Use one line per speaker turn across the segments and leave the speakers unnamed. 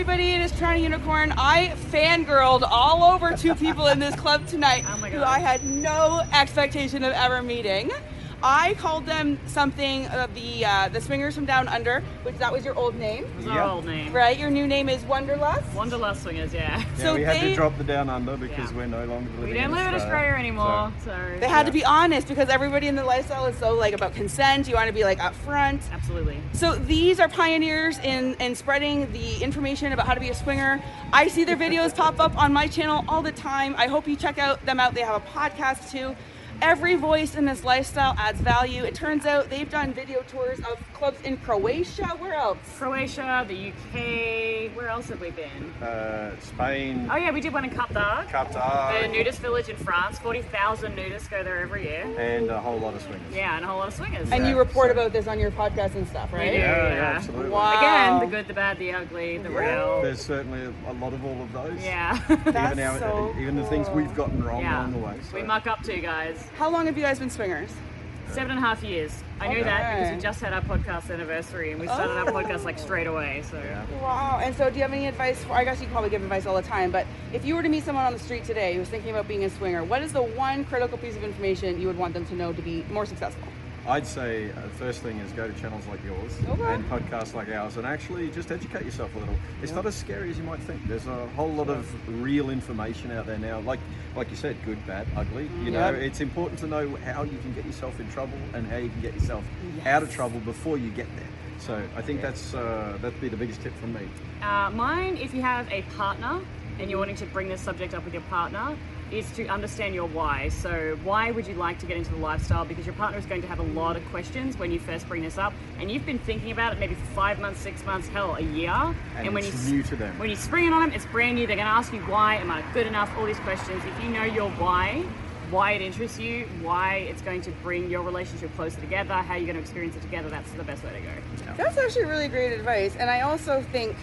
Cody and his Toronto Unicorn. I fangirled all over two people in this club tonight
Oh my
who
God.
I had no expectation of ever meeting. I called them something of the uh, the swingers from down under, which that was your old name,
It was our
Yep.
old name.
right? Your new name is Wonderlust.
Wonderlust swingers, yeah.
Yeah,
So
we had
they-
to drop the down under because
Yeah.
we're no longer living
We don't
in
live in Australia anymore, so.
They had to be honest because everybody in the lifestyle is so like about consent. You want to be like upfront.
Absolutely.
So these are pioneers in, in spreading the information about how to be a swinger. I see their videos pop up on my channel all the time. I hope you check out them out. They have a podcast too. Every voice in this lifestyle adds value. It turns out they've done video tours of clubs in Croatia. Where else?
Croatia, the UK, where else have we been?
So, uh, Spain,
Oh yeah, we did one in Qatar. The
Qatar,
nudist village in France. 40,000 nudists go there every year.
and a whole lot of swingers.
Yeah, and a whole lot of swingers.
And you
Yeah,
report
so-
about this on your podcast and stuff, right?
We do.
yeah,
yeah.
absolutely.
Wow.
Again, the good, the bad, the ugly, the real.
There's certainly a, a lot of all of those.
Yeah.
That's
even our,
so
even the things
cool.
we've gotten wrong
yeah.
along the way. So.
We muck up too, guys.
How long have you guys been swingers?
Seven and a half years. I knew that because
Okay.
we just had our podcast anniversary and we started
Oh.
our podcast like straight away. So
Yeah.
Wow. And so, do you have any advice for? I guess you probably give advice all the time, but if you were to meet someone on the street today who's thinking about being a swinger, what is the one critical piece of information you would want them to know to be more successful?
I'd say uh, first thing is go to channels like yours
Okay.
and podcasts like ours and actually just educate yourself a little. It's not as scary as you might think. There's a whole lot of real information out there now. Like like you said, good, bad, ugly. You know,
Yep.
it's important to know how you can get yourself in trouble and how you can get yourself out of trouble before you get there. So I think that's uh, that'd be the biggest tip from me.
Uh, mine, if you have a partner and you're wanting to bring this subject up with your partner, is to understand your why. So, why would you like to get into the lifestyle? Because your partner is going to have a lot of questions when you first bring this up, and you've been thinking about it maybe for five months, six months, hell, a year. And, when
it's
you
new to them.
when you spring it on them, it's brand new. They're going to ask you why, am I good enough? All these questions. If you know your why, why it interests you, why it's going to bring your relationship closer together, how you're going to experience it together, that's the best way to go.
That's actually really great advice, and I also think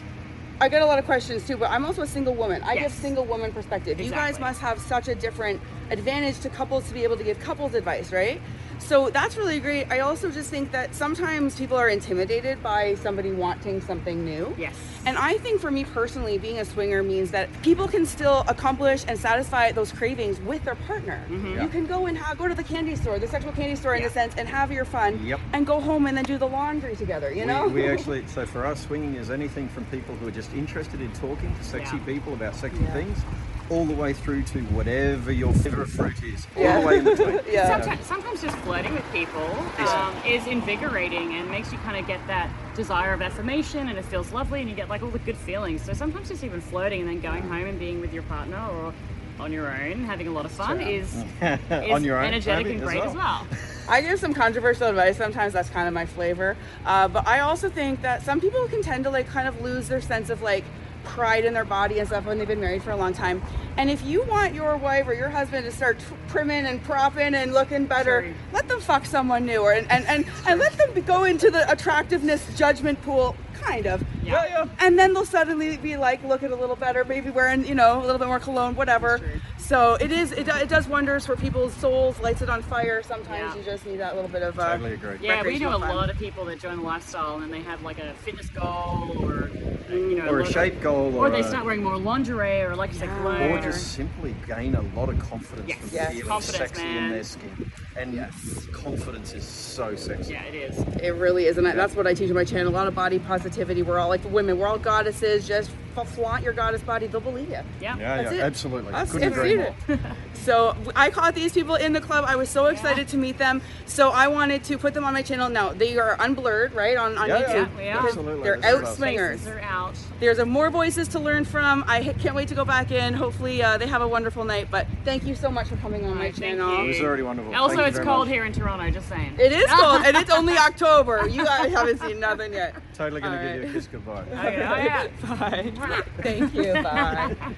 I get a lot of questions too. But I'm also a single woman. I give
Yes.
single woman perspective. You guys
Exactly.
must have such a different advantage to couples to be able to give couples advice, right? So that's really great. I also just think that sometimes people are intimidated by somebody wanting something new.
Yes.
And I think for me personally, being a swinger means that people can still accomplish and satisfy those cravings with their partner.
Mm-hmm. Yeah.
You can go and have, go to the candy store, the sexual candy store in a
Yeah.
sense, and have your fun,
Yep.
and go home and then do the laundry together. You know,
We, we actually, so for us, swinging is anything from people who are just interested in talking to sexy
Yeah.
people about sexy
Yeah.
things, all the way through to whatever your favorite fruit is, all
Yeah.
the way in between.
Yeah.
Um,
Sometimes, sometimes just flirting with people um, is invigorating and makes you kind of get that desire of affirmation and it feels lovely and you get like all the good feelings. So sometimes just even flirting and then going home and being with your partner or on your own, having a lot of fun is, is
On your own,
energetic
maybe,
and
as
great as well.
I give some controversial advice. Sometimes that's kind of my flavor. Uh, but I also think that some people can tend to like kind of lose their sense of like pride in their body and stuff when they've been married for a long time. And if you want your wife or your husband to start t- primming and propping and looking better,
Sorry.
let them fuck someone new or, and, and, and, and let them go into the attractiveness judgment pool, kind of.
Yeah.
Yeah, yeah. And then they'll suddenly be like looking a little better, maybe wearing, you know, a little bit more cologne, whatever.
That's true.
So it is, it, do- it does wonders for people's souls, lights it on fire. Sometimes
Yeah.
you just need that little bit of. Uh,
Totally agree.
Yeah, we know
recreational
a
fun.
lot of people that join the lifestyle and then they have like a fitness goal or uh, you know
Or a
lot of-
shape goal
or,
or
they
a-
start wearing more lingerie or like you said cologne
Or just simply gain a lot of confidence
Yes.
from
Yes.
feeling
Confidence,
sexy in
man.
their skin. And confidence is so sexy.
yeah, it is.
It really is, and I- that's what I teach on my channel. A lot of body positivity. We're all like women. We're all goddesses. Just f- flaunt your goddess body. They'll believe you.
Yeah.
Yeah,
That's
yeah,
it.
absolutely.
That's
Couldn't
it.
agree more.
so w- I caught these people in the club. I was so excited to meet them. So I wanted to put them on my channel. Now they are unblurred, right on, on
Yeah, yeah.
YouTube.
Yeah, we are.
Absolutely.
They're
That's what
out
I was-
swingers.
Faces are out.
There's a more voices to learn from. I h- can't wait to go back in. Hopefully uh, they have a wonderful night. But thank you so much for coming on my
Alright, thank
channel.
It was already wonderful.
Also,
Thank you
it's
very
cold
much.
here in Toronto. Just saying.
It is cold, and it's only October. You guys haven't seen nothing yet.
Totally going to
Alright.
give you a kiss goodbye.
Okay, oh, yeah.
Bye. Thank you. Bye.